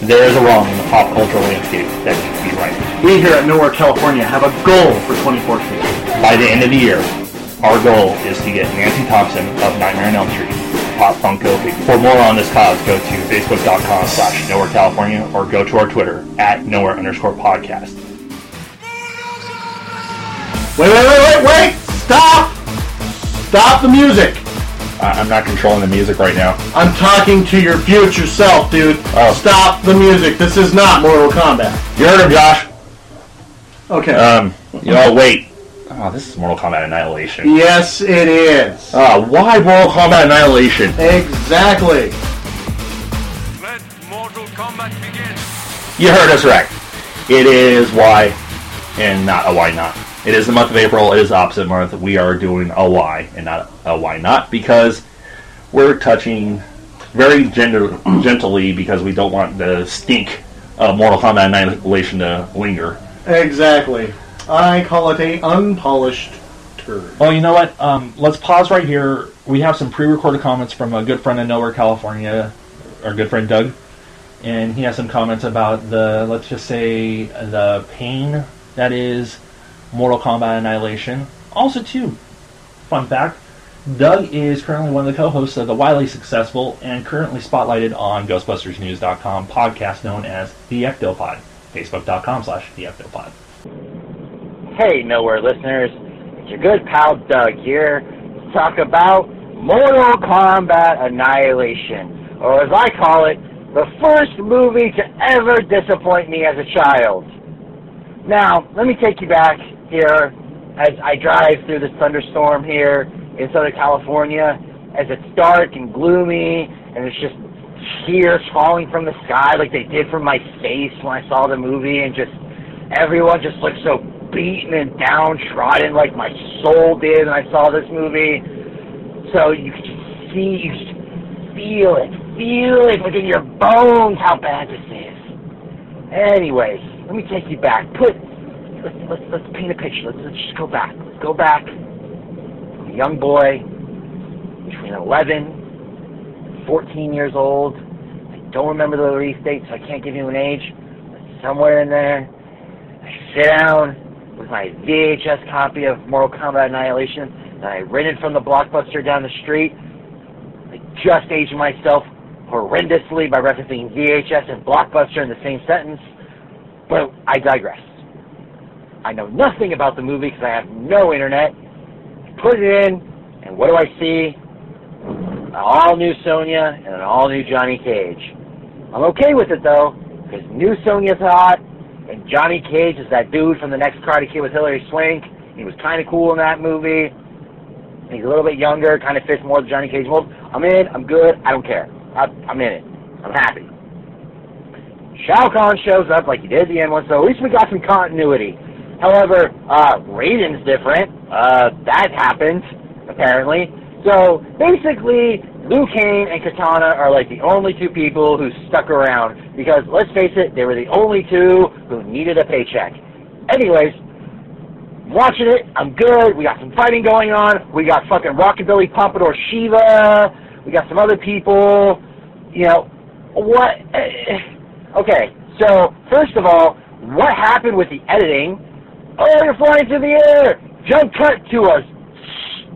There is a wrong in the pop cultural landscape that should be right. We here at Nowhere, California have a goal for 2014. By the end of the year, our goal is to get Nancy Thompson of Nightmare on Elm Street Pop Funk Kofi. For more on this cause, go to facebook.com slash nowhere California or go to our Twitter at nowhere underscore podcast. Wait, wait, wait, wait, wait! Stop! Stop the music! I- Uh, I'm not controlling the music right now. I'm talking to your future self, dude. Oh. Stop the music. This is not Mortal Kombat. You heard him, Josh. Okay. Um, y'all wait. Oh, this is Mortal Kombat Annihilation. yes, it is. Uh, why Mortal Kombat Annihilation? exactly. Let Mortal Kombat begin. You heard us right. It is why and not a why not. It is the month of April. It is opposite month. We are doing a why and not a why not because we're touching very gender, gently because we don't want the stink of Mortal Kombat Annihilation to linger. Exactly. I call it a unpolished turd. Well, you know what? Um, let's pause right here. We have some pre-recorded comments from a good friend in Nowhere, California, our good friend Doug, and he has some comments about the let's just say the pain that is Mortal Kombat Annihilation. Also, too, fun fact: Doug is currently one of the co-hosts of the wildly successful and currently spotlighted on GhostbustersNews.com podcast known as the EctoPod. Facebook.com/slash the EctoPod. Hey, Nowhere listeners, it's your good pal Doug here to talk about Mortal Kombat Annihilation, or as I call it, the first movie to ever disappoint me as a child. Now, let me take you back here as I drive through this thunderstorm here in Southern California, as it's dark and gloomy, and it's just tears falling from the sky like they did from my face when I saw the movie, and just everyone just looked so beaten and downtrodden like my soul did when I saw this movie. So you could just see, you could just feel it, feel it within your bones how bad this is. Anyways, let me take you back. Put let's let's, let's paint a picture. Let's, let's just go back. Let's go back. I'm a young boy, between 11, 14 years old. I don't remember the release date, so I can't give you an age. But somewhere in there, I sit down with my VHS copy of Mortal Kombat Annihilation that I rented from the Blockbuster down the street. I just aged myself horrendously by referencing VHS and Blockbuster in the same sentence, but I digress. I know nothing about the movie because I have no internet. I put it in, and what do I see? An all new Sonya and an all new Johnny Cage. I'm okay with it though, because new Sonya's hot, and Johnny Cage is that dude from the next Karate Kid with Hilary Swank. He was kind of cool in that movie. He's a little bit younger, kind of fits more the Johnny Cage mold. I'm in. I'm good. I don't care. I, I'm in it. I'm happy. Shao Kahn shows up like he did the N one, so at least we got some continuity. However, uh, Raiden's different. Uh, that happened, apparently. So basically, Liu Kang and Katana are like the only two people who stuck around because let's face it, they were the only two who needed a paycheck. Anyways, I'm watching it. I'm good. We got some fighting going on. We got fucking Rockabilly Pompadour Shiva. We got some other people. You know, what? Okay, so first of all, what happened with the editing? Oh, you're flying through the air! Jump cut to a s-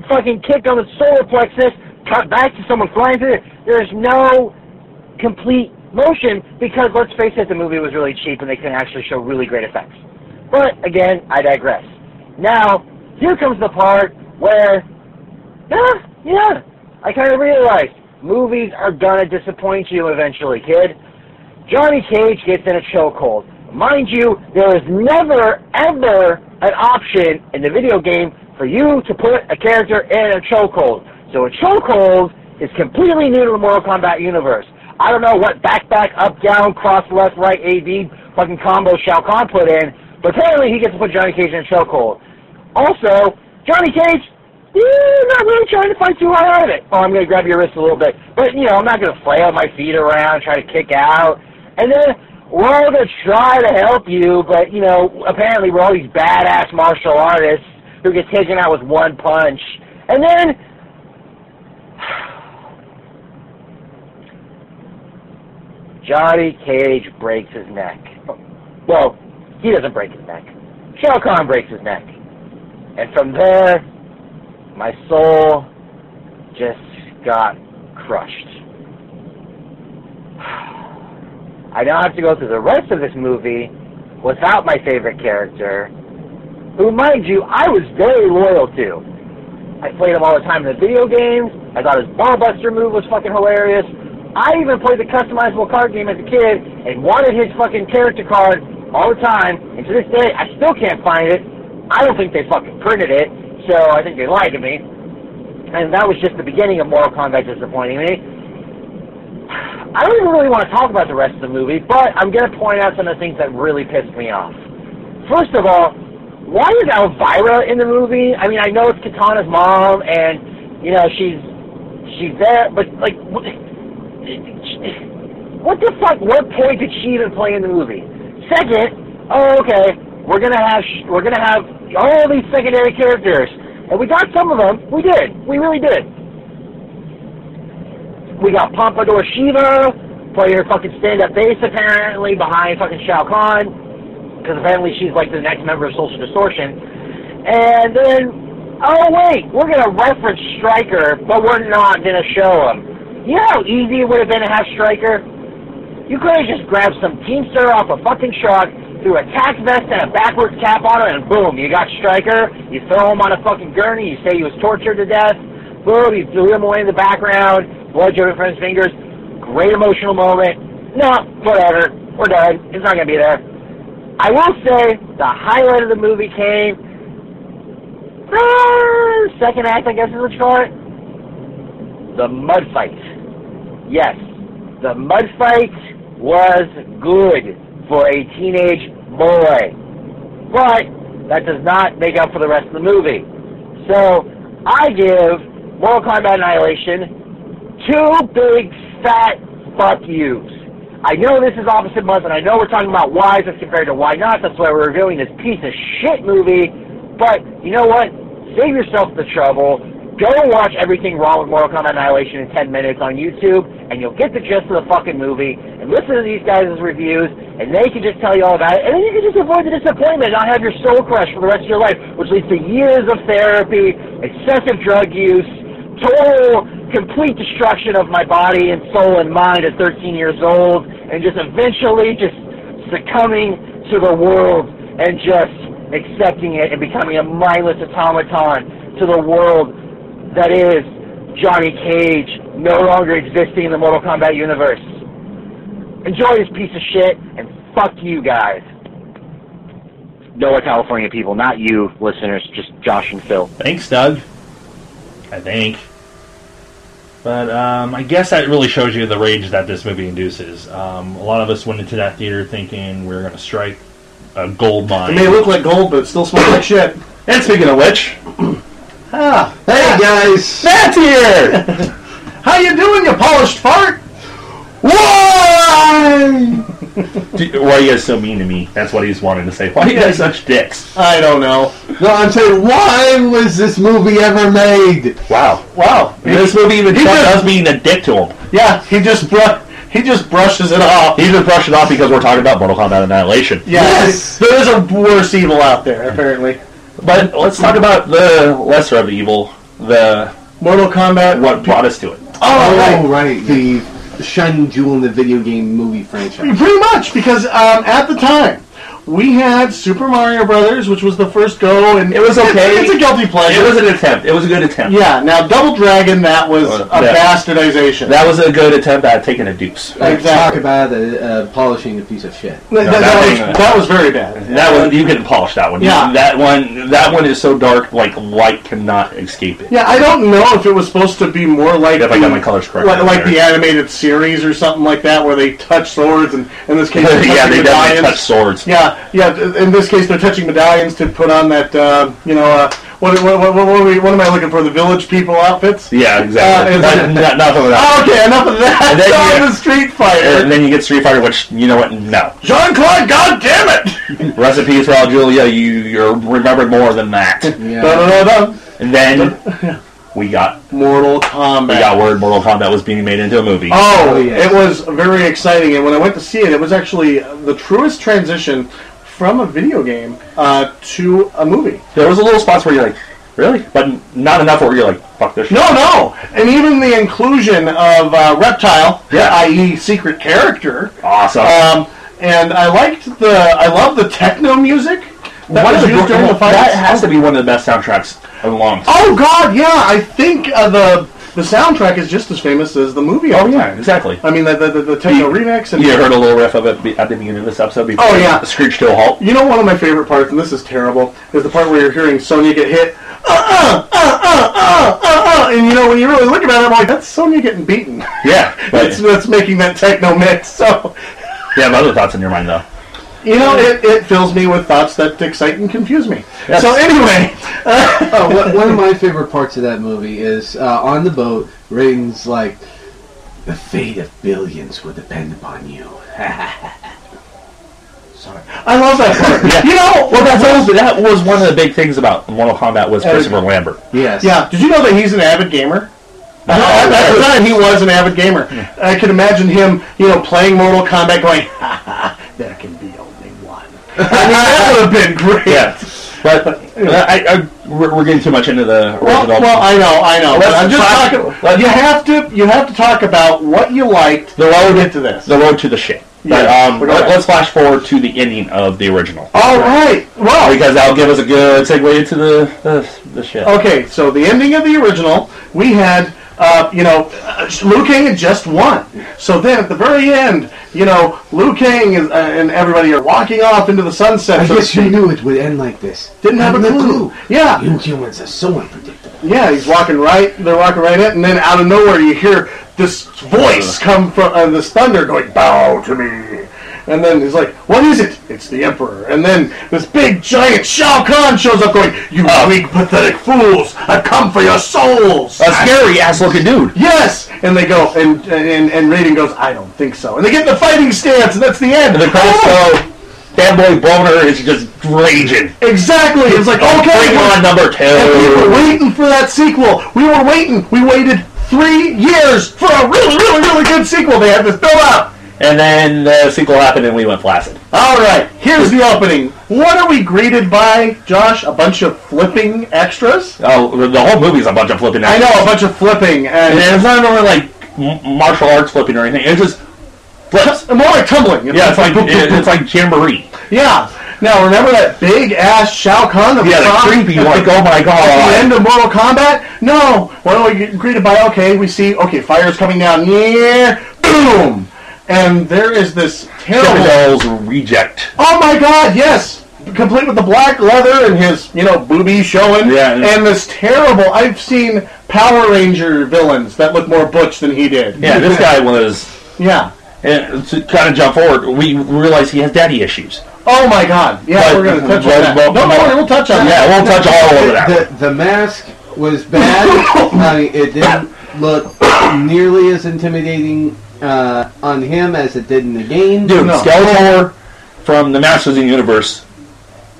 fucking kick on the solar plexus, cut back to someone flying through it. There's no complete motion because let's face it, the movie was really cheap and they couldn't actually show really great effects. But again, I digress. Now, here comes the part where, yeah, yeah, I kind of realized movies are gonna disappoint you eventually, kid. Johnny Cage gets in a chokehold. Mind you, there is never, ever an option in the video game for you to put a character in a chokehold. So a chokehold is completely new to the Mortal Kombat universe. I don't know what back, back, up, down, cross, left, right, AD fucking combo Shao Kahn put in, but apparently he gets to put Johnny Cage in a chokehold. Also, Johnny Cage yeah, not really trying to fight too hard on it. Oh, I'm gonna grab your wrist a little bit, but you know, I'm not gonna flail my feet around, try to kick out, and then we're all gonna try to help you, but you know, apparently we're all these badass martial artists who get taken out with one punch, and then. Johnny Cage breaks his neck. Well, he doesn't break his neck. Shao Kahn breaks his neck. And from there, my soul just got crushed. I now have to go through the rest of this movie without my favorite character, who, mind you, I was very loyal to. I played him all the time in the video games. I thought his ballbuster move was fucking hilarious. I even played the customizable card game as a kid and wanted his fucking character card all the time. And to this day, I still can't find it. I don't think they fucking printed it, so I think they lied to me. And that was just the beginning of Mortal Kombat disappointing me. I don't even really want to talk about the rest of the movie, but I'm going to point out some of the things that really pissed me off. First of all, why is Elvira in the movie? I mean, I know it's Katana's mom, and you know she's she's there, but like, what, what the fuck? What point did she even play in the movie? Second, oh okay, we're gonna have sh- we're gonna have all these secondary characters, and we got some of them. We did, we really did. We got Pompadour Shiva playing her fucking stand-up bass apparently behind fucking Shao Kahn because apparently she's like the next member of Social Distortion. And then, oh wait, we're gonna reference Stryker, but we're not gonna show him. You know how easy it would have been to have Stryker? You could have just grabbed some Teamster off a fucking truck, threw a tack vest and a backwards cap on him, and boom, you got Stryker. You throw him on a fucking gurney, you say he was tortured to death, boom, you threw him away in the background, blood dripping from his fingers. Great emotional moment. No, whatever. We're done. It's not gonna be there. I will say the highlight of the movie came uh, second act, I guess is what you call it. The mud fight. Yes, the mud fight was good for a teenage boy, but that does not make up for the rest of the movie. So I give Mortal Kombat Annihilation two big fat fuck yous. I know this is opposite month, and I know we're talking about whys as compared to why nots. That's why we're reviewing this piece of shit movie. But you know what? Save yourself the trouble. Go watch everything wrong with Mortal Kombat Annihilation in 10 minutes on YouTube, and you'll get the gist of the fucking movie. And listen to these guys' reviews, and they can just tell you all about it. And then you can just avoid the disappointment and not have your soul crushed for the rest of your life, which leads to years of therapy, excessive drug use, total, complete destruction of my body and soul and mind at 13 years old, and just eventually just succumbing to the world and just accepting it and becoming a mindless automaton to the world that is Johnny Cage, no longer existing in the Mortal Kombat universe. Enjoy this piece of shit, and fuck you guys. Noah, California people, not you, listeners, just Josh and Phil. Thanks, Doug. I think. But um, I guess that really shows you the rage that this movie induces. Um, a lot of us went into that theater thinking we are going to strike a gold It mine. may look like gold, but it still smells like shit. And speaking of which, Ah, hey guys, Matt's here. How you doing, you polished fart? Why? d- why are you guys so mean to me? That's what he's wanting to say. Why are you guys such dicks? I don't know. No, I'm saying, why was this movie ever made? Wow. Wow, This movie even He us just, being a dick to him. yeah, he just bru- he just brushes it off. He's just brushing off because we're talking about Mortal Kombat Annihilation. yes, Yes. there is a worse evil out there apparently. But let's talk about the lesser of evil, the Mortal Kombat. what brought us to it. Oh, right. Oh, right. The shining jewel in the video game movie franchise. Pretty much, because um, at the time we had Super Mario Brothers, which was the first go, and It was okay. It's a guilty pleasure. It was an attempt. It was a good attempt. yeah. Now Double Dragon, that was Uh, a yeah. bastardization. That was a good attempt at taking a deuce. Like, exactly. Talk about uh, uh, polishing a piece of shit. That- that, that was, was- that was very bad. That one you can polish that one. Yeah. That one that one is so dark like light cannot escape it. Yeah, I don't know if it was supposed to be more like If I got the- my colors correct. like, like the animated series or something like that, where they touch swords, and in this case, they're yeah, touching they definitely medallions. touch swords. Yeah, yeah. th- In this case, they're touching medallions to put on that. Uh, you know, uh, what, what, what, what, are we, what am I looking for? The village people outfits. Yeah, exactly. Uh, Not- and- not- nothing without- Oh, okay, enough of that. And then Now you- I'm a street fighter. And then you get Street Fighter, which you know what? No. Jean Claude, God damn it! Recipes for Al Julia, you you're remembered more than that. Yeah. Da, da, da, da. And then we got Mortal Kombat. we got word Mortal Kombat was being made into a movie. Oh, Oh, yes. it was very exciting, and when I went to see it, it was actually uh, the truest transition from a video game uh, to a movie. There was a little spots where you're like, really, but n- not enough where you're like, fuck this. shit. No, no, and even the inclusion of uh, Reptile, Yeah. i.e., secret character. awesome. Um, and I liked the, I love the techno music that One was of the used gr- during the fights. that has to be one of the best soundtracks in a long time. Oh God, yeah, I think uh, the the soundtrack is just as famous as the movie. Oh yeah, exactly. I mean the the, the, the techno remix and You heard a little riff of it be- at the beginning of this episode before Oh, yeah. it screeched to a halt. You know, one of my favorite parts, and this is terrible, is the part where you're hearing Sonya get hit. Uh, uh, uh, uh, uh, uh, uh, and you know, when you really look at it, I'm like, that's Sonya getting beaten. Yeah, but that's, that's making that techno mix. So, you have other thoughts in your mind though. you know, it, it fills me with thoughts that excite and confuse me. Yes. So, anyway, Oh, one- one of my favorite parts of that movie is uh, on the boat. Raiden's like, the fate of billions will depend upon you. Sorry. I love that part. Yeah. You know, Well, that's always, that was one of the big things about Mortal Kombat was Christopher Lambert. Yes. Yeah. Did you know that he's an avid gamer? No, at sure. that time he was an avid gamer. I could imagine him, you know, playing Mortal Kombat, going, "There can be only one." I mean, that would have been great. Yeah, but I, I, we're, we're getting too much into the Well, original. well, I know, I know. Let's But I'm just talk- talking. let's- you have to, you have to talk about what you liked. the road to get to this. the road to the shit. But Yeah. um, We're let, going- us flash forward to the ending of the original All right. Well, because that'll give us a good segue into the the, the shit. Okay, so the ending of the original, we had, uh, you know, uh, Liu Kang had just won. So then at the very end, you know, Liu Kang and, uh, and everybody are walking off into the sunset. I So guess you knew it would end like this. Didn't have a Hadn't clue. Yeah. You humans are so unpredictable. yeah, he's walking right, they're walking right in, and then out of nowhere you hear this voice Uh-huh. come from, uh, this thunder going, bow to me. And then he's like, what is it? It's the Emperor. And then this big, giant Shao Kahn shows up going, you Uh-huh. weak, pathetic fools, I come for your souls. A scary ass looking dude. Yes, and they go, and and and Raiden goes, I don't think so, and they get in the fighting stance, and that's the end. And Oh, the crowd so fanboy boner is just raging. exactly. It's like Oh, okay, Bring on number we were two. waiting for that sequel. We were waiting. We waited three years for a really, really, really good sequel. They had this built up. And then the sequel happened, and we went flaccid. All right, here's the opening. What are we greeted by, Josh? A bunch of flipping extras. Oh, the- the whole movie's a bunch of flipping. I know a bunch of flipping, and And it's not even really like m- martial arts flipping or anything. It's just flips. more like tumbling. Yeah, it's like it- it's like jamboree. Yeah. Now remember that big ass Shao Kahn that Yeah, we the saw creepy at one. the- Like, oh my At the end god. of Mortal Kombat? No. Why don't we get greeted by okay? We see okay, fire's coming down. Yeah, boom, and there is this terrible. Dolls reject. Oh my God! Yes, complete with the black leather and his you know boobies showing. Yeah. And this terrible. I've seen Power Ranger villains that look more butch than he did. Yeah, this guy was. Yeah. And to kind of jump forward, we realize he has daddy issues. Oh my God! Yeah, But- we're gonna touch on but- that. but- Don't but- worry, we'll touch on Yeah, that. we'll touch all over that. The, the mask was bad. I mean, it didn't look nearly as intimidating uh, on him as it did in the game. Dude, No. Skeletor from the Masters of the Universe,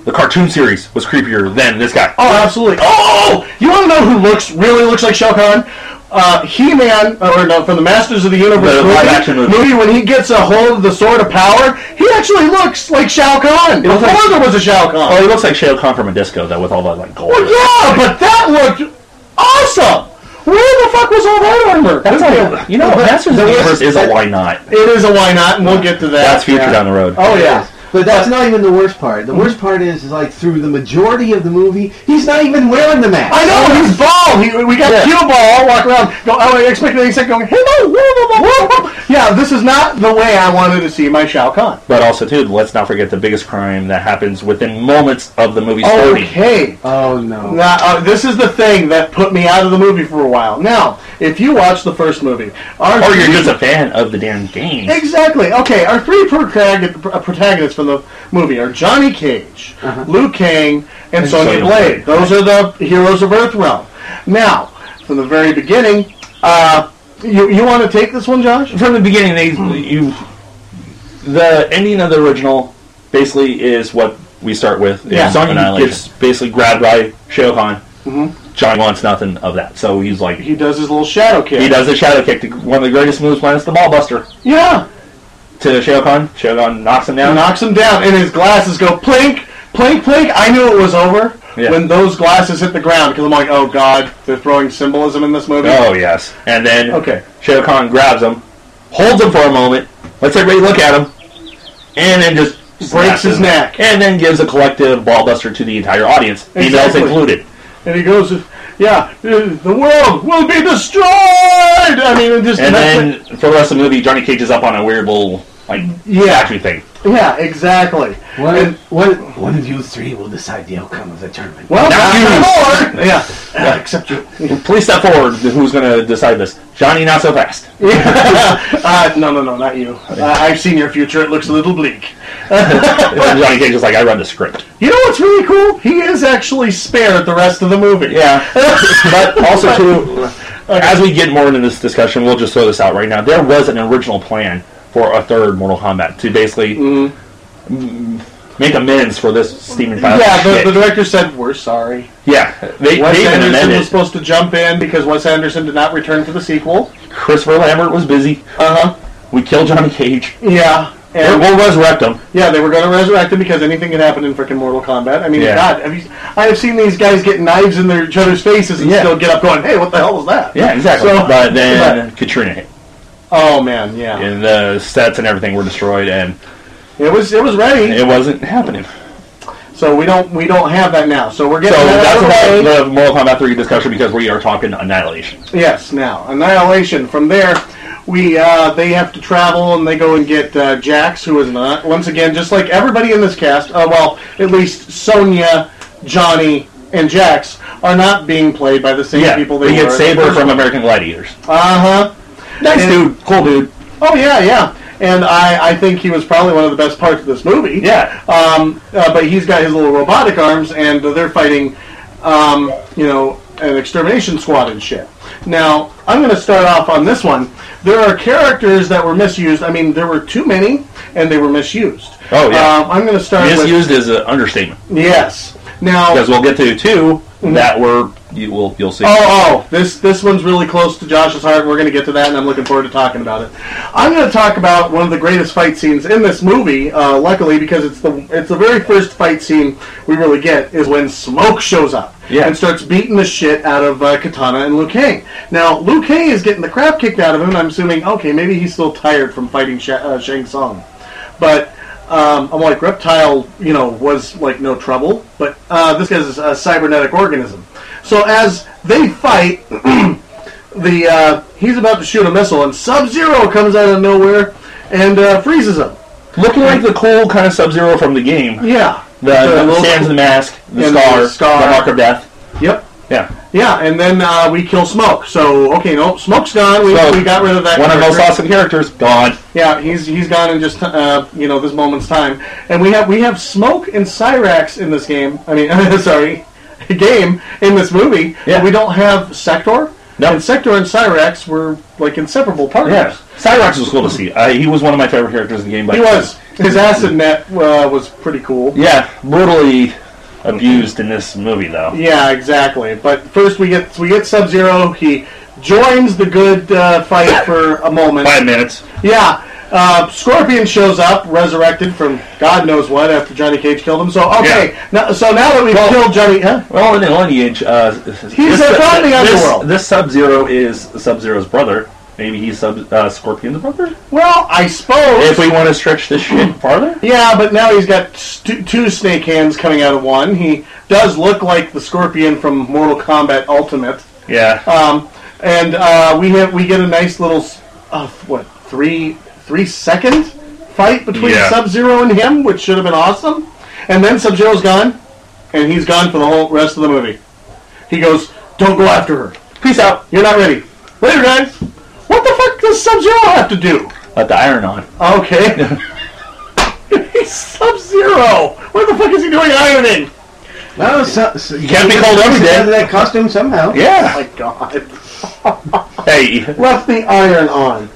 the cartoon series, was creepier than this guy. Oh, absolutely. Oh, you want to know who looks really looks like Shao Kahn? Uh, He-Man, or no, from the Masters of the Universe The movie, live-action movie. when he gets a hold of the Sword of Power, he actually looks like Shao Kahn. Before looks like- there was a Shao Kahn. Oh, he looks like Shao Kahn from a disco, though, with all that like gold. Well, yeah, but that looked awesome. Where the fuck was all that armor? That's a, you know, Masters of the Universe is a why not. It is a why not, and we'll get to that. That's future down the road. Oh yeah. But that's not even the worst part. The worst part is, is like through the majority of the movie, he's not even wearing the mask. I know he's bald. He, we got Yeah. cue ball walk around. Go, oh, I was expecting any second going. Hello, whoa, whoa, whoa, whoa." yeah. This is not the way I wanted to see my Shao Kahn. But also, too, let's not forget the biggest crime that happens within moments of the movie starting. Okay. Oh no. Now, uh, this is the thing that put me out of the movie for a while. Now, if you watch the first movie, our Or you're three- just a fan of the damn games. exactly okay. Our three protagon- pr- uh, protagonists from the movie are Johnny Cage, Liu Kang, and, Sonya Uh-huh. Sonya Blade. Blade. Those are the heroes of Earthrealm. Now, from the very beginning, uh, you you want to take this one, Josh? From the beginning, they you the ending of the original basically is what we start with. Yeah. Sonya Annihilation. gets basically grabbed by Shohan, Johnny wants nothing of that. So he's like, Mm-hmm. He does his little shadow kick. he does a shadow kick, to one of the greatest moves minus the ball buster Yeah. to Shao Kahn. Shao Kahn knocks him down. And knocks him down, and his glasses go plink, plink, plink. I knew it was over Yeah. when those glasses hit the ground because I'm like, oh god, they're throwing symbolism in this movie. Oh yes, and then Okay. Shao Kahn grabs him, holds him for a moment, lets everybody look at him, and then just snaps his neck. and then gives a collective ballbuster to the entire audience, Exactly. females included. And he goes, yeah, the world will be destroyed. I mean, it just And that's then it. for the rest of the movie, Johnny Cage is up on a weird little like Yeah. factory thing. yeah, exactly. One, And- one, one of you three will decide the outcome of the tournament. Well, Now not yeah, yeah, except you. Please step forward. Who's going to decide this? Johnny, not so fast. Uh, no, no, no, not you. Uh, I've seen your future. It looks a little bleak. And Johnny Cage is like, I run the script. You know what's really cool? He is actually spared the rest of the movie. Yeah, but also too, as we get more into this discussion, we'll just throw this out right now. There was an original plan for a third Mortal Kombat to basically m- make amends for this steaming pile. of Mm-hmm. Yeah, the, the shit. director said, we're sorry. yeah. They, Wes they even Anderson amended. was supposed to jump in because Wes Anderson did not return for the sequel. Christopher Lambert was busy. Uh huh. We killed Johnny Cage. Yeah. And we'll resurrect him. yeah, they were going to resurrect him because anything could happen in freaking Mortal Kombat. I mean, Yeah. God, have you, I have seen these guys get knives in their, each other's faces and Yeah. still get up going, hey, what the hell was that? Yeah, exactly. So- but then Katrina hit, Oh, man, yeah. and the sets and everything were destroyed, and It was it was ready, it wasn't happening. so we don't we don't have that now. So we're So getting that that's out of the way. about the Mortal Kombat 3 discussion because we are talking Annihilation. Yes, now annihilation. From there, we uh, they have to travel and they go and get uh, Jax, who is not once again just like everybody in this cast. Uh, well, at least Sonya, Johnny, and Jax are not being played by the same Yeah, people. They we get were. Saber from American Gladiators. Uh huh. Nice And- dude, cool dude. Oh yeah, yeah. And I, I think he was probably one of the best parts of this movie. Yeah. Um, uh, but he's got his little robotic arms, and they're fighting, um, you know, an extermination squad and shit. Now, I'm going to start off on this one. There are characters that were misused. I mean, there were too many, and they were misused. Oh, yeah. Um, I'm going to start with Misused is an understatement yes. Now, because we'll get to 2 that were you will you'll see. Oh, oh, this this one's really close to Josh's heart. We're going to get to that, and I'm looking forward to talking about it. I'm going to talk about one of the greatest fight scenes in this movie. Uh, luckily, because it's the it's the very first fight scene we really get is when Smoke shows up Yeah. and starts beating the shit out of uh, Katana and Liu Kang. Now, Liu Kang is getting the crap kicked out of him. and I'm assuming, okay, maybe he's still tired from fighting Sha- uh, Shang Tsung, but. Um, I'm like reptile, you know, was like no trouble, but uh, this guy's a cybernetic organism. So as they fight, the uh, he's about to shoot a missile, and Sub Zero comes out of nowhere and uh, freezes him. Looking like the cool kind of Sub Zero from the game. Yeah, The, the, stands, the mask, the and the scar, the scar. mark of death. Yep. Yeah, Yeah, and then uh, we kill Smoke. So okay, no, Smoke's gone. We, So, we got rid of that. one of the most character. awesome characters gone. Yeah, he's he's gone in just uh, you know this moment's time, and we have we have Smoke and Cyrax in this game. I mean, sorry, game in this movie. Yeah. But we don't have Sector. No. And Sector and Cyrax were like inseparable partners. Yeah, Cyrox was cool to see. Uh, he was one of my favorite characters in the game. But He was. His acid net uh, was pretty cool. Yeah, brutally abused in this movie though. Yeah, exactly. But first we get we get Sub Zero. He joins the good uh, fight for a moment. Five minutes. Yeah. Uh, Scorpion shows up, resurrected from God knows what after Johnny Cage killed him. So okay, now, so now that we've Well- killed Johnny, huh? Well, in the lineage, uh, He's a part of the underworld. This Sub Zero is Sub Zero's brother. Maybe he's Sub uh, Scorpion's brother. Well, I suppose. If we want to stretch this shit farther, yeah, but now he's got st- two snake hands coming out of one. He does look like the Scorpion from Mortal Kombat Ultimate. yeah, Um, and uh, we have we get a nice little s- uh, what three three second fight between Yeah. Sub Zero and him, which should have been awesome. And then Sub Zero's gone, and he's gone for the whole rest of the movie. He goes, "Don't go after her. peace out. You're not ready. Later, guys. What the fuck does Sub Zero have to do? Let Uh, the iron on. Okay." Oh He's Sub Zero! What the fuck is he doing ironing? Well, so, so you can't be called every day. Out of that costume somehow. Yeah. My god. Hey, hey, Left the iron on.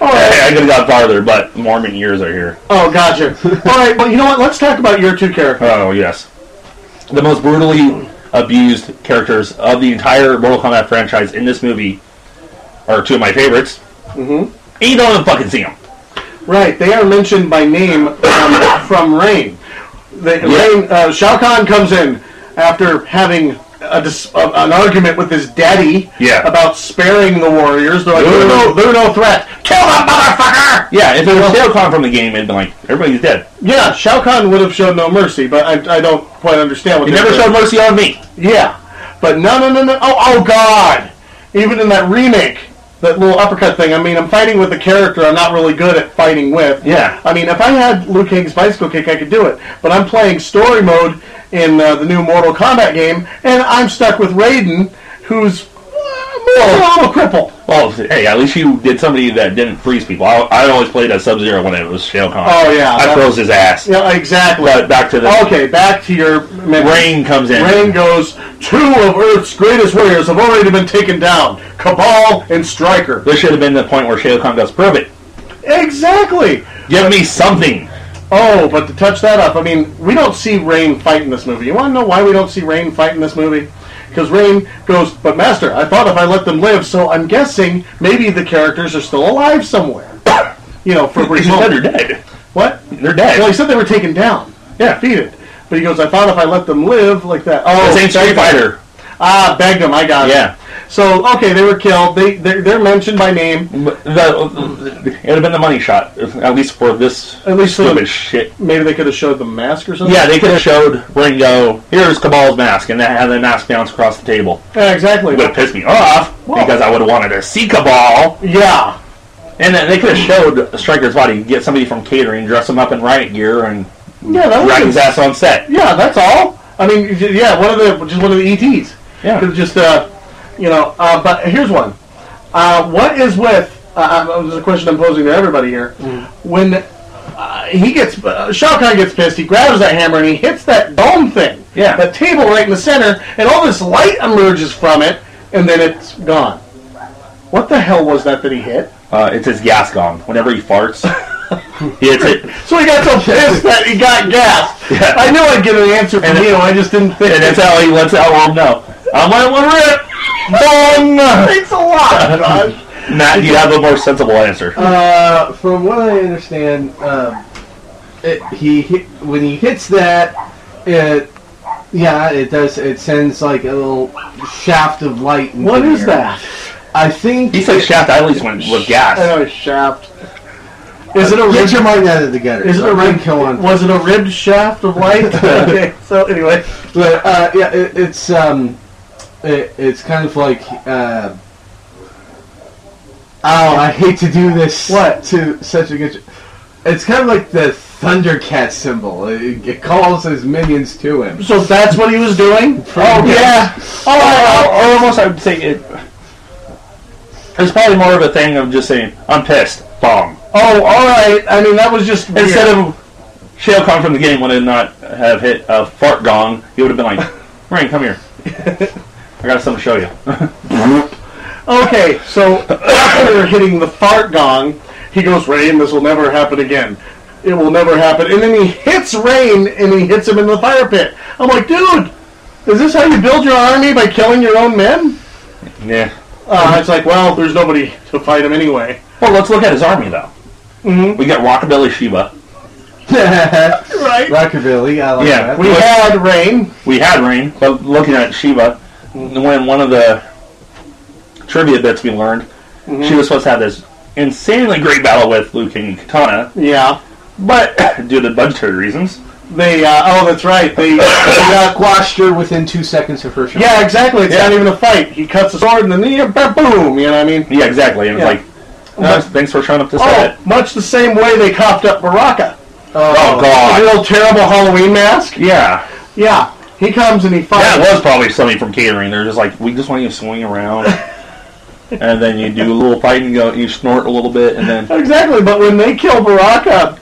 Alright. I could have got farther, but Mormon years are here. Oh, gotcha. All right, well, you know what? Let's talk about your two characters. Oh yes, the Oh, most brutally abused characters of the entire Mortal Kombat franchise in this movie are two of my favorites. Mm-hmm. And you don't even fucking see them. Right, they are mentioned by name um, from Rain. The, Rain uh, Shao Kahn comes in after having a dis- a, an argument with his daddy Yeah. about sparing the warriors. They're like, they're no, they're no threat. Kill them, motherfucker! Yeah, if it was Shao Kahn from the game, it'd been like, everybody's dead. Yeah, Shao Kahn would have shown no mercy, but I, I don't quite understand what You they're never doing. showed mercy on me. Yeah, but no, no, no, no. Oh, oh God! Even in that remake, that little uppercut thing. I mean, I'm fighting with a character I'm not really good at fighting with. Yeah. I mean, if I had Liu Kang's bicycle kick, I could do it. But I'm playing story mode in uh, the new Mortal Kombat game, and I'm stuck with Raiden, who's uh, more of a little cripple. Well, hey, at least you did somebody that didn't freeze people. I, I always played as Sub Zero when it was Shao Kahn. Oh, yeah, I that- froze his ass. Yeah, exactly. But uh, back to the Okay, back to your rain comes in. Rain goes. Two of Earth's greatest warriors have already been taken down: Cabal and Striker. This should have been the point where Shao Kahn goes, prove it. Exactly. Give me something. Oh, but to touch that up, I mean, we don't see Rain fight in this movie. You want to know why we don't see Rain fight in this movie? Because Rain goes, but Master, I thought if I let them live, so I'm guessing maybe the characters are still alive somewhere. you know, for a brief He said they're moment. dead. What? They're dead. Well, he said they were taken down. Yeah, defeated. But he goes, I thought if I let them live like that. Oh, the same Street Fighter. Ah, begged him. I got it. Yeah. So okay, they were killed. They they're, they're mentioned by name. But The, it would have been the money shot, if- at least for this At least for stupid the- shit. Maybe they could have showed the mask or something. Yeah, they could have showed Ringo, here's Cabal's mask, and that had the mask bounce across the table. Yeah, exactly. It would have pissed me off, because I would have wanted to see Cabal. yeah. And then they could have showed Striker's body, get somebody from catering, dress him up in riot gear, and Yeah, that drag was his ass on set. Yeah, that's all. I mean, j- yeah, one of the just one of the ETs. Yeah. Could've Just uh, you know, uh, but here's one. Uh, what is with? Uh, uh, this is a question I'm posing to everybody here. Mm. When uh, he gets uh, Shao Kahn gets pissed, he grabs that hammer and he hits that dome thing. Yeah. That table right in the center, and all this light emerges from it, and then it's gone. What the hell was that that he hit? Uh, it's his gas gong. Whenever he farts, he hits it. So he got so pissed that he got gassed. Yeah. I knew I'd get an answer from you. I just didn't think. And that's how he lets out world know. I'm letting one rip! Bong! Thanks a lot, Josh. Matt, you have a more sensible answer. Uh, from what I understand, um, it, he hit, when he hits that, it yeah, it does. It sends like a little shaft of light. into What the is air. that? I think He said it- shaft. I at least went with gas. know, shaft. Is it a Get ribbed? your mind out of the gutter. Is it a ring ribbed? kill on? Was it a ribbed shaft of light? okay. So anyway, But uh, yeah, it, it's um, it, it's kind of like uh, oh, I hate to do this. What? to such a good? It's kind of like the Thundercat symbol. It, it calls his minions to him. so that's what he was doing. Oh yeah. Oh, I, I- I almost I would say it. It's probably more of a thing of just saying I'm pissed. Bong. Oh, all right. I mean, that was just Instead of Shao Kahn from the game would have not have hit a fart gong, he would have been like, Rain, come here. I got something to show you. okay. So after hitting the fart gong, he goes, "Rain, this will never happen again. It will never happen." And then he hits Rain, and he hits him in the fire pit. I'm like, dude, is this how you build your army by killing your own men? yeah. Uh, it's like, well, there's nobody to fight him anyway. Mm-hmm. Well, let's look at his army though. We got Rockabilly Sheba. Right. Rockabilly, I like Yeah, that. We Look- had rain. we had rain, but looking at Shiva, when one of the trivia bits we learned, Mm-hmm. she was supposed to have this insanely great battle with Liu Kang and Katana, Yeah. but due to budgetary reasons, They. Uh, oh, that's right. They. they got qu- Squashed her within two seconds of her shot. yeah, exactly. It's Yeah. not even a fight. He cuts the sword and then yeah, ba- boom. You know what I mean? yeah, exactly, and Yeah. it's like, no, thanks for showing up to set Oh, it. much the same way they coughed up Baraka. Oh, The God, little terrible Halloween mask. yeah, Yeah. He comes and he fights. that was probably somebody from catering. They're just like, we just want you to swing around. And then you do a little fight and go, you snort a little bit, and then Exactly, but when they kill Baraka,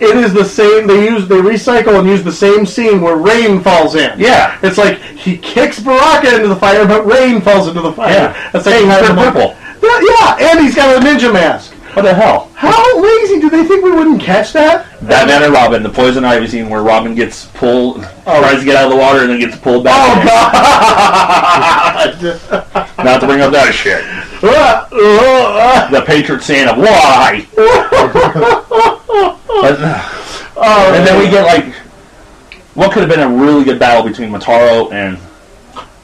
it is the same. They use they recycle and use the same scene where rain falls in. Yeah. it's like he kicks Baraka into the fire, but rain falls into the fire. Yeah. that's like Hey, he had he's him been up- purple. Yeah, yeah, and he's got a ninja mask. What the hell? How lazy do they think we wouldn't catch that? Batman and Robin, the poison ivy scene where Robin gets pulled, tries to get out of the water and then gets pulled back. in. Not to bring up that shit. uh, oh, The Patriot Santa, why? But- Oh, and then we get like, what could have been a really good battle between Mataro and,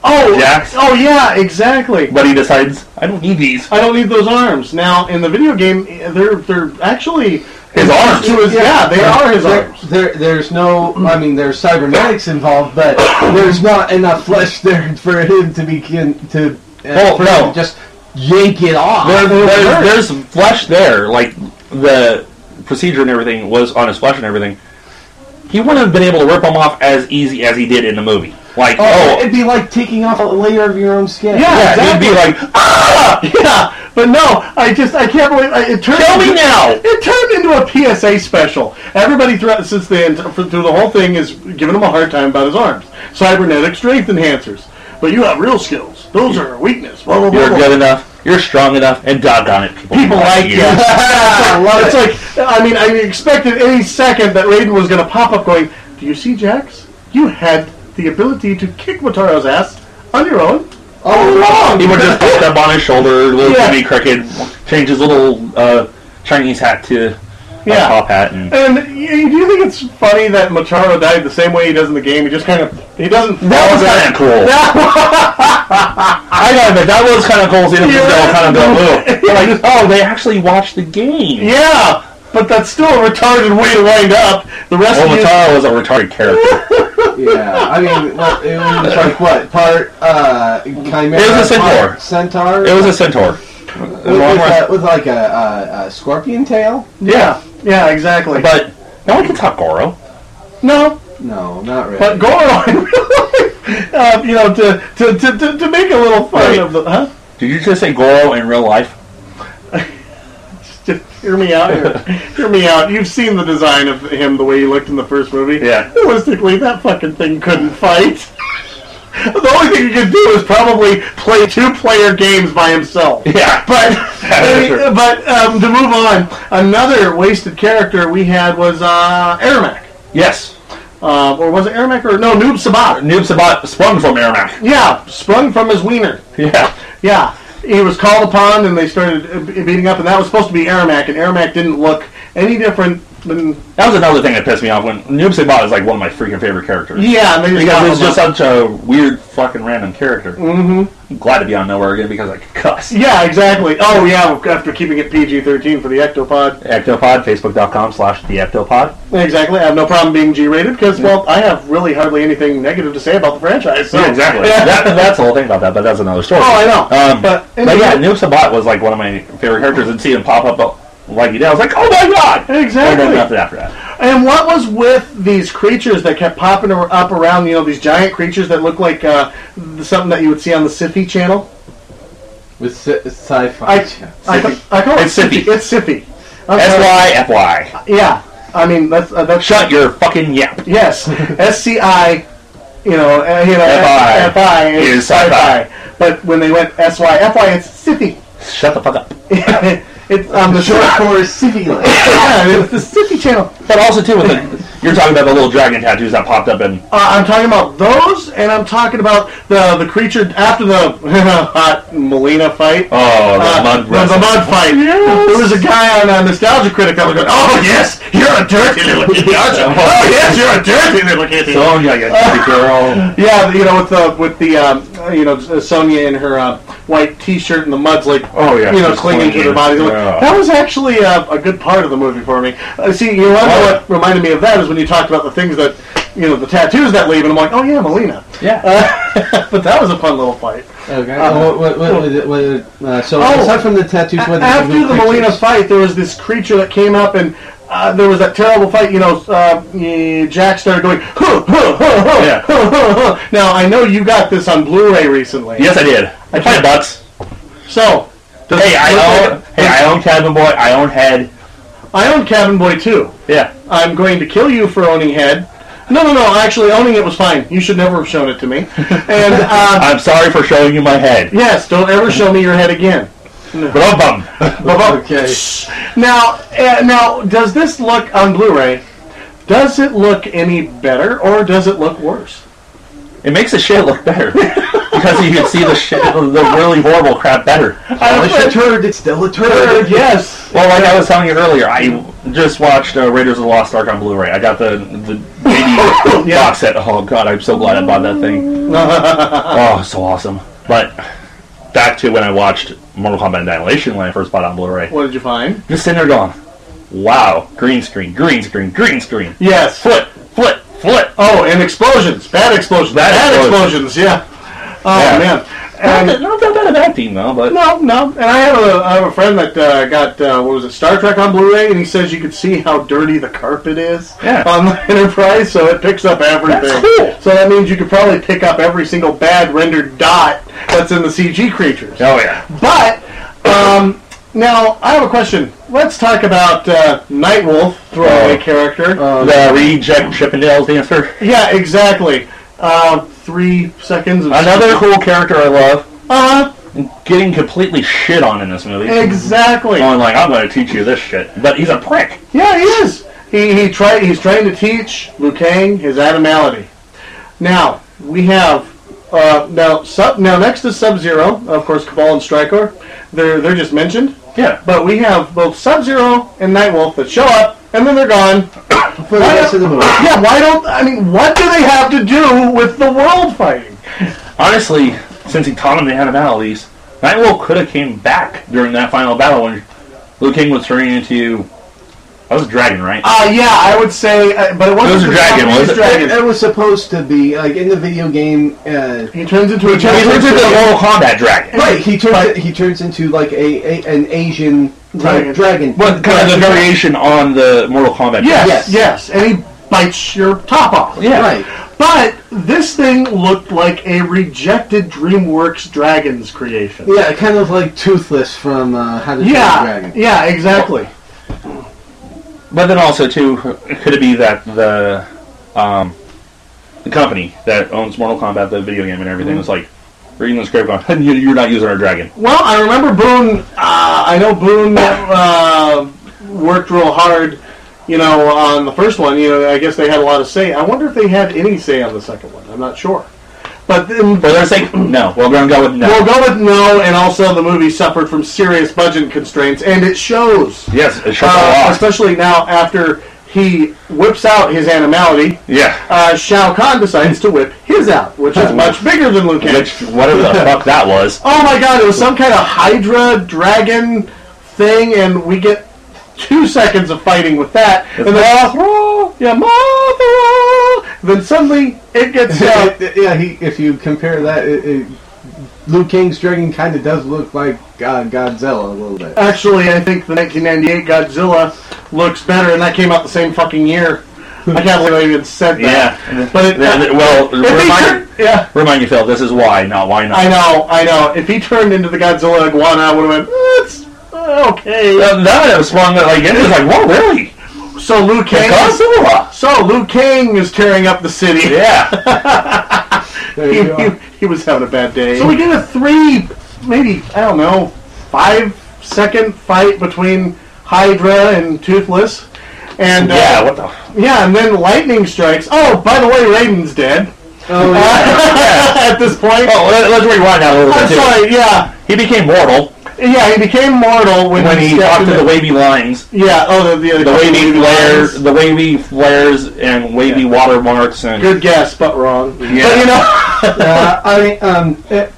oh, Jax. oh yeah, exactly. but he decides I don't need these. I don't need those arms. Now in the video game, they're they're actually His arms. To his, yeah, they are his There, arms. there, there's no. I mean, there's cybernetics involved, but there's not enough flesh there for him to begin to. Uh, Well, for Oh, no. him to just yank it off. There, there, there's flesh there, like the procedure and everything was on his flesh and everything. He wouldn't have been able to rip them off as easy as he did in the movie. Like, oh, oh, it'd be like taking off a layer of your own skin. yeah, he'd be like, Yeah, but no, I just I can't believe I, it turned. Kill me into, now! It turned into a PSA special. Everybody throughout since the end, through the whole thing is giving him a hard time about his arms, cybernetic strength enhancers. But you have real skills. Those are a weakness. Blah blah blah. you're blah. good enough, you're strong enough, and doggone it, people, People like you. I love it. it. It's like I mean, I expected any second that Raiden was going to pop up, going, "Do you see, Jax? You had the ability to kick Mataro's ass on your own." Oh, wrong. He would just pop up on his shoulder, little Yeah. Jimmy Cricket, change his little uh, Chinese hat to Yeah. a top hat, and And y- do you think it's funny that Macharo died the same way he does in the game? He just kind of he doesn't. that was kind of cool. I gotta admit, that was kind of cool. Seeing them Yeah. all kind of go, "Ooh." like, oh, they actually watched the game. yeah, but that's still a retarded way to wind up. The rest Well, of you, Matara was a retarded character. Yeah, I mean, well, it was like what part? Uh, chimera. It was a centaur. part Centaur. It was a centaur. with, with, a, with like a, a, a scorpion tail. yeah, yeah, exactly. But no one can top Goro. no, No, not really. but Goro, in real life, uh, you know, to, to, to, to, to make a little fun Right. of the huh? Did you just say Goro in real life? Just hear me out here. hear me out. You've seen the design of him, the way he looked in the first movie. Yeah. Realistically, that fucking thing couldn't fight. the only thing he could do is probably play two-player games by himself. Yeah. But that's true. but um, to move on, another wasted character we had was uh, Ermac. Yes. Uh, or was it Ermac or no Noob Sabat? Noob Sabat sprung from Merrimack. Yeah, sprung from his wiener. Yeah. Yeah, he was called upon, and they started uh, b- beating up, and that was supposed to be Aramac, and Aramac didn't look any different than That was another thing that pissed me off when Noob Sabat is like one of my freaking favorite characters. yeah. oh, And they just got Because it's him just up. such a weird fucking random character. Mm-hmm. I'm glad to be on Nowhere again because I could cuss. yeah, exactly. Oh yeah, after keeping it PG thirteen for the Ectopod, Ectopod, facebook.com slash the Ectopod. exactly. I have no problem being G rated because well, I have really hardly anything negative to say about the franchise. So. Yeah, exactly. Yeah. That, that's the whole thing about that, but that's another story. Oh, I know. Um, But- but, yeah, Noob Sabat was like one of my favorite characters, and see him pop up uh, like he did, I was like, oh my god! And Exactly. then nothing after that. And what was with these creatures that kept popping ar- up around? You know, these giant creatures that look like uh, something that you would see on the Sci-Fi channel. with sci- sci-fi. I, I, I call it It's Syfy. It's Sippy. S Y F Y. Yeah, I mean that's uh, that's Shut your fucking yap. Yes, SCI, you know, uh, you know, FI. FI Is is sci-fi. sci-fi. But when they went SYFI, it's SIFI. Shut the fuck up. it's on the short short form. for civilian. Yeah, it's the SIFI channel. But also too, with the, you're talking about the little dragon tattoos that popped up in. Uh, I'm talking about those, and I'm talking about the the creature after the hot Molina fight. Oh, the Uh, mud. the, the mud fight. There was a guy on uh, Nostalgia Critic that was going, "Oh yes, you're a dirty little Nostalgia. Oh yes, you're a dirty little kitty." Oh yeah, you dirty girl. Yeah, you know, with the with the um, uh, you know Sonia in her uh, white T-shirt and the mud's like Oh, yeah, you know she's clinging to their clinging. body. Yeah. That was actually uh, a, a good part of the movie for me. Uh, see, you know Oh. what reminded me of that is when you talked about the things that you know the tattoos that leave, and I'm like, oh yeah, Melina. Yeah. Uh, but that was a fun little fight. Okay. Uh, what, what, what, what, what, uh, so Oh. aside from the tattoos, what did After you do the Molina creatures? fight, there was this creature that came up, and uh, there was that terrible fight. You know, uh, eh, Jack started going, huh, huh, huh, huh, Yeah. huh, huh, huh. Now I know you got this on Blu-ray recently. Yes, I did. I played bucks. So, does Hey, it I look own. like Hey, I own Cabin Boy. I own Head. a- I own Cabin Boy too. Yeah. I'm going to kill you for owning Head. No, no, no. Actually, owning it was fine. You should never have shown it to me. And uh, I'm sorry for showing you my head. yes, don't ever show me your head again. Ba-dum-bum. Okay. Now, uh, now, does this look on Blu-ray? Does it look any better, or does it look worse? It makes the shit look better because you can see the shit, the really horrible crap better. Polish a turd, it's still a turd. yes. Well, like I was telling you earlier, I just watched uh, Raiders of the Lost Ark on Blu-ray. I got the the baby box set. Oh god, I'm so glad I bought that thing. oh, it's so awesome. But back to when I watched Mortal Kombat Annihilation when I first bought it on Blu-ray. What did you find? Just sitting there going, "Wow, green screen, green screen, green screen, Yes. flip, flip, flip." Oh, and explosions. Bad explosions. Bad explosions. Yeah. Oh Yeah. man. Not And- that, not that bad of acting though, but No, no. And I have a I have a friend that uh, got uh, what was it Star Trek on Blu-ray, and he says you can see how dirty the carpet is Yeah. on the Enterprise, so it picks up everything. That's cool. So that means you could probably pick up every single bad rendered dot that's in the CG creatures. oh yeah. But um, now I have a question. Let's talk about uh, Nightwolf, throwaway Oh. character. The Uh, reject Chippendales dancer. yeah, exactly. Uh, three seconds. Of Another cool character I love. Uh, Getting completely shit on in this movie. exactly. Going like, I'm going to teach you this shit. But he's a prick. Yeah, he is. He he try he's trying to teach Liu Kang his animality. Now we have uh, now sub now next to Sub Zero, of course, Cabal and Strikor. They're they're just mentioned, Yeah. but we have both Sub Zero and Nightwolf that show up and then they're gone. For the rest of the movie. Yeah, why don't I mean what do they have to do with the world fighting? Honestly, since he taught him the animalities, Nightwolf could have came back during that final battle when Liu King was turning into. That was a dragon, right? Uh, yeah, I would say, uh, but it wasn't was a the dragon, Japanese was it? It, dragon. it was supposed to be like in the video game. Uh, He turns into a he giant turns into a Mortal Kombat dragon. right, he turns he turns into like a, a an Asian Dragon. like, dragon. But kind of the variation on the Mortal Kombat. Yes, yes, Yes. and he bites your top off. Yeah. Right. But this thing looked like a rejected DreamWorks Dragons creation. Yeah, kind of like Toothless from uh, How to Train Your Yeah, Dragon. yeah, exactly. But then also too, could it be that the um, the company that owns Mortal Kombat, the video game and Mm-hmm. everything, was like reading the script going, "You- "You're not using our dragon." Well, I remember Boone. Uh, I know Boone uh, worked real hard, you know, on the first one. You know, I guess they had a lot of say. I wonder if they had any say on the second one. I'm not sure. But then, For their sake, no. We're gonna go with no. we'll go with no. And also, the movie suffered from serious budget constraints, and it shows. yes, it sure Uh, uh, especially now after he whips out his animality. Yeah. uh, Shao Kahn decides to whip his out, which is much bigger than Liu Kang. Which whatever the fuck that was. Oh my god, it was some kind of Hydra dragon thing, and we get two seconds of fighting with that. And then, Mothra, yeah, Mothra. Then suddenly it gets. Uh, yeah, yeah, he, if you compare that, it, it, Liu Kang's dragon kind of does look like uh, Godzilla a little bit. actually, I think the 1998 Godzilla looks better, and that came out the same fucking year. I can't believe I even said that. Yeah. But it, Th- th- well, if he remind, turned- yeah. remind you, Phil. This is why, not why I not. know, I know. If he turned into the Godzilla iguana, I would have went, "Eh, it's uh, okay. That that would have swung it like it was like, whoa, really? So Liu Kang. Godzilla. So Liu Kang is tearing up the city. Yeah. There He, you go. he- he was having a bad day. So we get a three, maybe I don't know, five second fight between Hydra and Toothless, and uh, yeah. What the? f- yeah, and then lightning strikes. Oh, by the way, Raiden's dead Oh, Uh, yeah. at this point. Oh, let, let's rewind that a little I'm bit. too. sorry. Yeah, He became mortal yeah, he became mortal when, when he stepped talked to into- the wavy lines. Yeah. Oh, the the, the wavy flares, flares. the wavy flares, and wavy watermarks, and Good guess, but wrong. yeah, uh, I mean, um, it,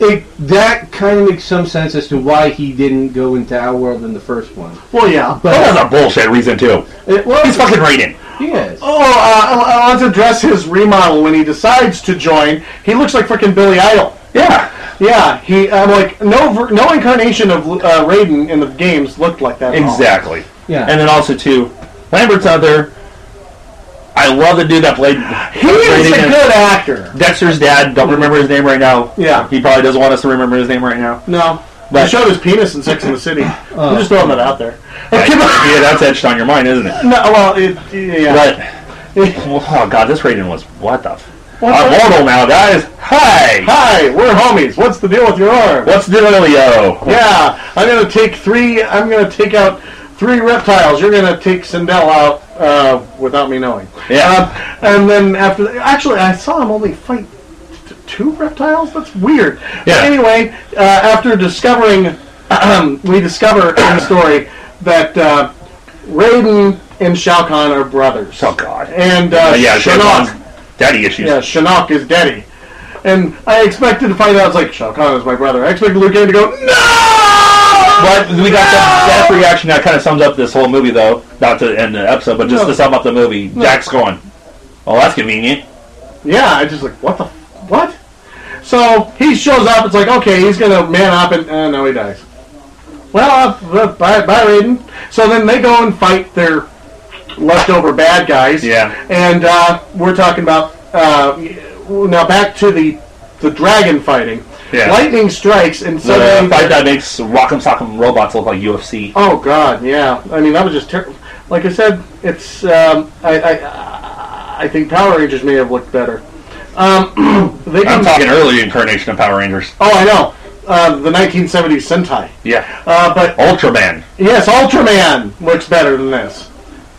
it, that kind of makes some sense as to why he didn't go into our world in the first one. Well, yeah. that was a bullshit reason too. It was He's fucking reading. yes. Oh, uh, I- I want to address his remodel when he decides to join. He looks like freaking Billy Idol. Yeah, Yeah, he. I'm like no, ver- no incarnation of uh, Raiden in the games looked like that. at all. exactly. Yeah. and then also too, Lambert's out there. I love the dude that played. He is a good actor. Dexter's dad. Don't remember his name right now. Yeah. he probably doesn't want us to remember his name right now. No, But- he showed his penis in Sex in the City. I'm just throwing that out there. Right. yeah, that's etched on your mind, isn't it? No, well, it, yeah. But oh god, this rating was what the. F- What I'm the- mortal now, guys. Hi. Hi, we're homies. What's the deal with your arm? What's the dealio? Yeah, I'm gonna take three. I'm gonna take out three reptiles. You're gonna take Sindel out uh, without me knowing. Yeah. Uh, and then after, actually, I saw him only fight t- two reptiles. That's weird. Yeah. But anyway, uh, after discovering, we discover in the story that uh, Raiden and Shao Kahn are brothers. Oh God. And uh, Uh, yeah, Shinnok. Shadon's daddy issues. Yeah, Shinnok is daddy. And I expected to find out, it's like, Shao Kahn is my brother. I expected Liu Kang to go, Oh, no! But we got that, that reaction that kind of sums up this whole movie, though. Not to end the episode, but just No. to sum up the movie. Jack's going. Well, that's convenient. Yeah, I just like, what the, what? So he shows up, it's like, okay, he's going to man up, and uh, no, he dies. Well, uh, bye, bye, Raiden. So then they go and fight their leftover bad guys. Yeah. And uh, we're talking about, uh, now back to the, the dragon fighting. Yeah. Lightning strikes, and So suddenly... the fight that makes Rock'em Sock'em robots look like UFC. Oh God, yeah. I mean, that was just terrible. Like I said, it's. Um, I, I I think Power Rangers may have looked better. Um, they I'm can, talking early incarnation of Power Rangers. oh, I know. Uh, the 1970s Sentai. Yeah. Uh, but Ultraman. yes, Ultraman looks better than this.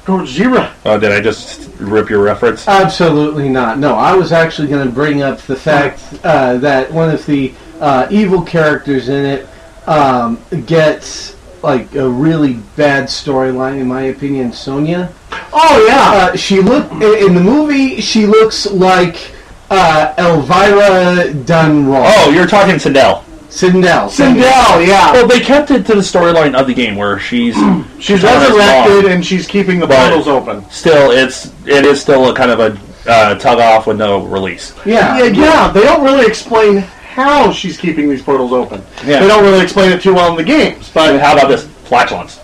Gojira. Oh, did I just rip your reference? Absolutely not. No, I was actually going to bring up the fact uh, that one of the uh, evil characters in it um, gets like a really bad storyline, in my opinion. Sonya. Oh yeah. Uh, she look in, in the movie. She looks like uh, Elvira done wrong. Oh, you're talking Sindel. Sindel. Sindel, yeah. Well, they kept it to the storyline of the game where she's She's Not as resurrected long. and she's keeping the But- portals open. still it's it is still a kind of a uh, tug off with no release. Yeah. Yeah, yeah. They don't really explain how she's keeping these portals open. Yeah. They don't really explain it too well in the games, but How about this flatulence?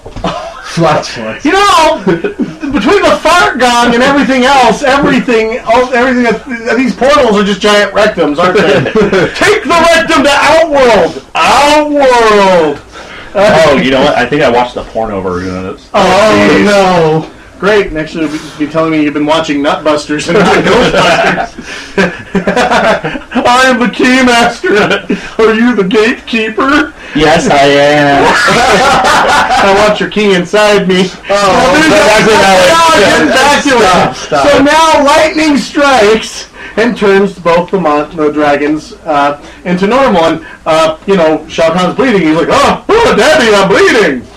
Flatulence. You know, between the fart gong and everything else, everything, all, everything that these portals are just giant rectums, aren't they? Take the rectum to Outworld. Outworld. oh, you know what? I think I watched the porno version of this. Oh No. no! Great. Next, you'll be, be telling me you've been watching Nutbusters and not Ghostbusters. I am the keymaster. Are you the gatekeeper? Yes, I am. I want your key inside me. Oh, that's exactly how it- getting back to it. Stop, stop. So now lightning strikes and turns both the, mon- the dragons uh, into normal. And, uh, you know, Shao Kahn's bleeding. He's like, oh, oh Daddy, I'm bleeding.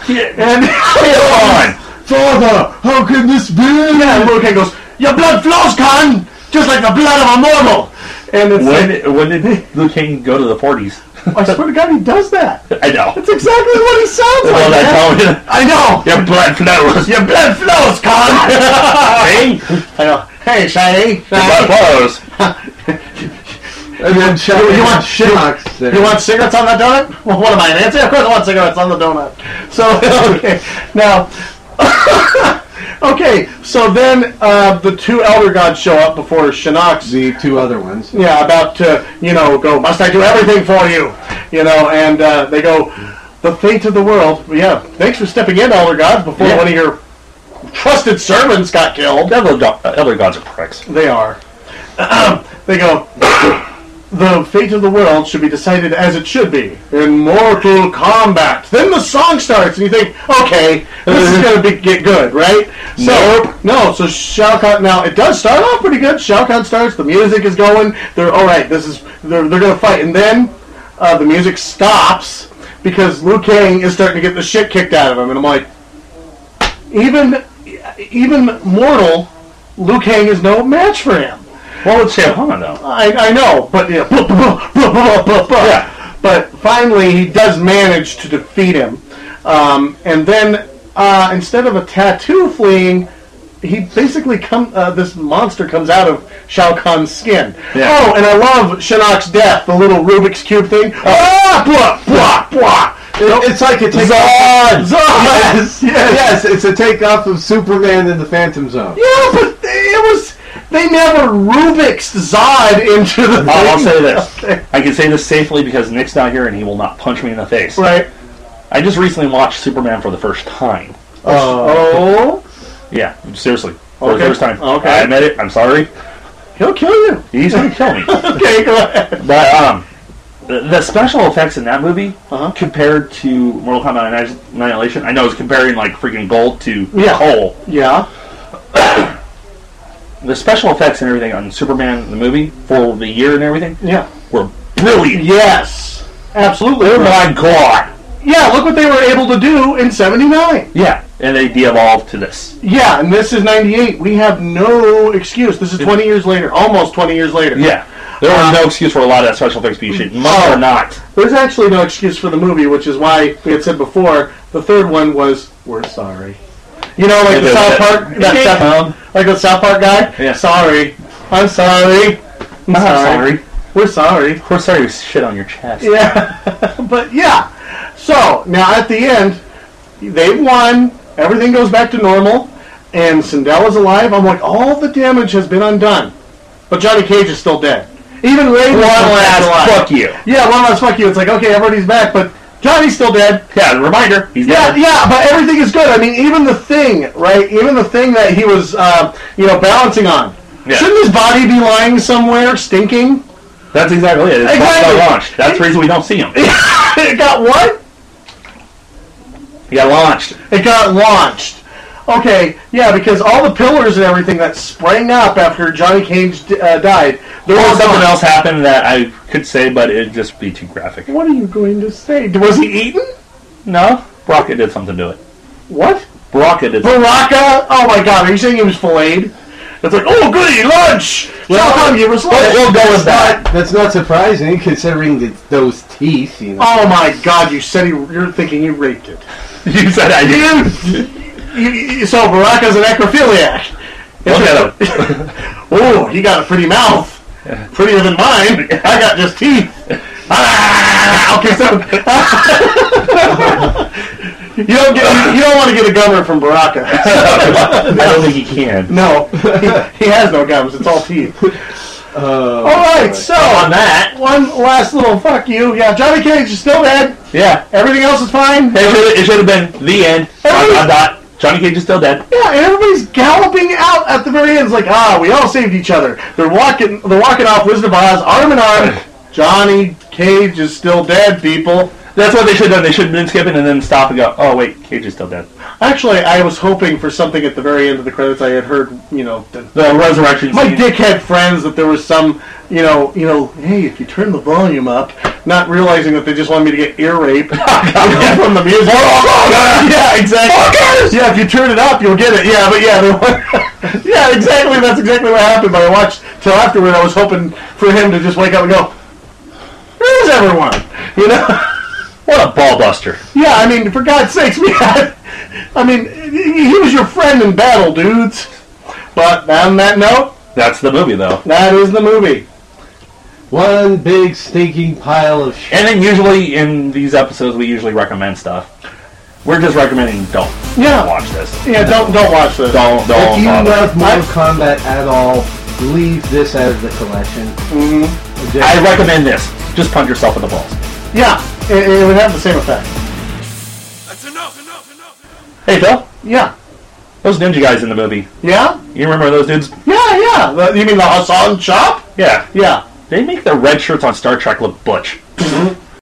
And Come on. Father, how can this be? Yeah, and Liu Kang goes, your blood flows, Khan, just like the blood of a mortal. And it's like, When, when did Liu Kang go to the 40s? I swear to God, he does that. That's I know. exactly what he sounds like. Well, man. that's how it- I know. Your blood flows. Your blood flows, Khan. hey, your I know. Hey, Shiny. blood flows. And then Shaq. You want- Shaq? You want cigarettes on that donut? Well, what am I, Nancy? Of course I want cigarettes on the donut. So, okay. Now, okay. So then uh, the two elder gods show up before Shinnok's. the two other ones? Yeah, about to, you know, go, must I do everything for you? You know, and uh, they go, the fate of the world. Yeah, thanks for stepping in, elder gods, before Yeah. one of your trusted servants got killed. Other, go- uh, other gods are pricks. They are. they go. The fate of the world should be decided as it should be in Mortal Kombat. Then the song starts, and you think, okay, this is going to be get good, right? So, No, so Shao Kahn. Now it does start off pretty good. Shao Kahn starts. The music is going. They're all right. This is they're they're going to fight, and then uh, the music stops because Liu Kang is starting to get the shit kicked out of him, and I'm like, even even mortal Liu Kang is no match for him. Well, it's Shao Kahn, though. I, I know, but yeah, blah, blah, blah, blah, blah, blah. Yeah. But finally, he does manage to defeat him, um, and then uh, instead of a tattoo fleeing, he basically come. Uh, this monster comes out of Shao Kahn's skin. Yeah. Oh, and I love Shinnok's death, the little Rubik's cube thing. Ah, blah, blah, blah. Nope. It's like a take Zod. Yes, yes. Yes, it's a takeoff of Superman in the Phantom Zone. Yeah, but they- it was. They never Rubik's Zod into the. I'll, Oh, I'll thing. say this. I can say this safely because Nick's not here and he will not punch me in the face. Right. I just recently watched Superman for the first time. Oh. Yeah, seriously. For Okay. the first time. Okay. I admit it. I'm sorry. He'll kill you. He's gonna kill me. Okay, go ahead. But um, the the special effects in that movie Uh-huh. compared to Mortal Kombat Anni- Annihilation, I know it's comparing like freaking gold to Yeah. coal. Yeah. The special effects and everything on Superman the movie for the year and everything Yeah. were brilliant. Yes. Absolutely. Oh my god! Yeah, look what they were able to do in 79. Yeah, and they de-evolved to this. Yeah, and this is 98. We have no excuse. This is 20 years later. Almost 20 years later. Yeah, there was no excuse for a lot of that special effects being shit, much Um, Oh. or not. There's actually no excuse for the movie, which is why we had said before the third one was we're sorry. You know, like the Yeah, that- South Park, that Yeah. South- like the South Park guy. Yeah. Sorry, I'm sorry. I'm sorry. sorry. We're sorry. Of course, sorry, was shit on your chest. Yeah, but yeah. So now at the end, they've won. Everything goes back to normal, and Sindel is alive. I'm like, all the damage has been undone, but Johnny Cage is still dead. Even Ray One last fuck you. yeah, one last fuck you. It's like, okay, everybody's back, but Johnny's still dead. Yeah, reminder. He's Yeah, dead. yeah, but everything is good. I mean, even the thing, right? Even the thing that he was, uh, you know, balancing on. Yeah. Shouldn't his body be lying somewhere, stinking? That's exactly it. It's Exactly. exactly. launched. That's the reason we don't see him. it got what? He got launched. It got launched. Okay, yeah, because all the pillars and everything that sprang up after Johnny Cage d- uh, died, there Or was something else happened that I could say, but it'd just be too graphic. What are you going to say? Was he eaten? No, Brockett did something to it. What? Brockett did. Something. Baraka? Oh my god, are you saying he was filleted? It's like, oh goody, lunch! Well, Shao Kahn gave us lunch! we'll go with that. That's not surprising considering the, those teeth. You know. Oh my god, you said he, you're thinking you raped it. you said I did. You, you, so Baraka's an necrophiliac. Look at oh, he got a pretty mouth. Prettier than mine. I got just teeth. Ah, okay, so you don't get you don't want to get a gummer from Baraka. I don't think he can. No, he, he has no gums. It's all teeth. Uh, All right, so On that, one last little fuck you. Yeah, Johnny Cage is still dead. yeah, Everything else is fine. it should, it should have been the end. Dot, dot, dot. Johnny Cage is still dead. Yeah, and everybody's galloping out at the very end. It's like, ah, we all saved each other. They're walking, they're walking off Wizard of Oz, arm in arm. Johnny Cage is still dead, people. That's what they should have done. They should have been skipping and then stop and go. Oh wait, Cage is still dead. Actually, I was hoping for something at the very end of the credits. I had heard, you know, that The resurrection. my scene. dickhead friends that there was some, you know, you know, hey, if you turn the volume up, not realizing that they just wanted me to get ear rape from the music. Oh, yeah, exactly. Yeah, if you turn it up, you'll get it. Yeah, but yeah, they want, yeah, exactly. That's exactly what happened. But I watched till afterward. I was hoping for him to just wake up and go, "Where's everyone?" You know. What a ball buster. Yeah, I mean, for God's sakes, we had. I mean, he was your friend in battle, dudes. But on that note, That's the movie though. that is the movie. One big stinking pile of shit. And then usually in these episodes, we usually recommend stuff. We're just recommending don't Yeah. watch this. Yeah, don't don't watch this. Don't If don't you bother. love Mortal Kombat at all, leave this out of the collection. Just- I recommend this. Just punch yourself in the balls. Yeah, it, it would have the same effect. That's enough, enough, enough. enough. Hey Phil, Yeah, those ninja guys in the movie. yeah, You remember those dudes? yeah, yeah. The- you mean the Hassan shop? Yeah. Yeah. They make the red shirts on Star Trek look butch.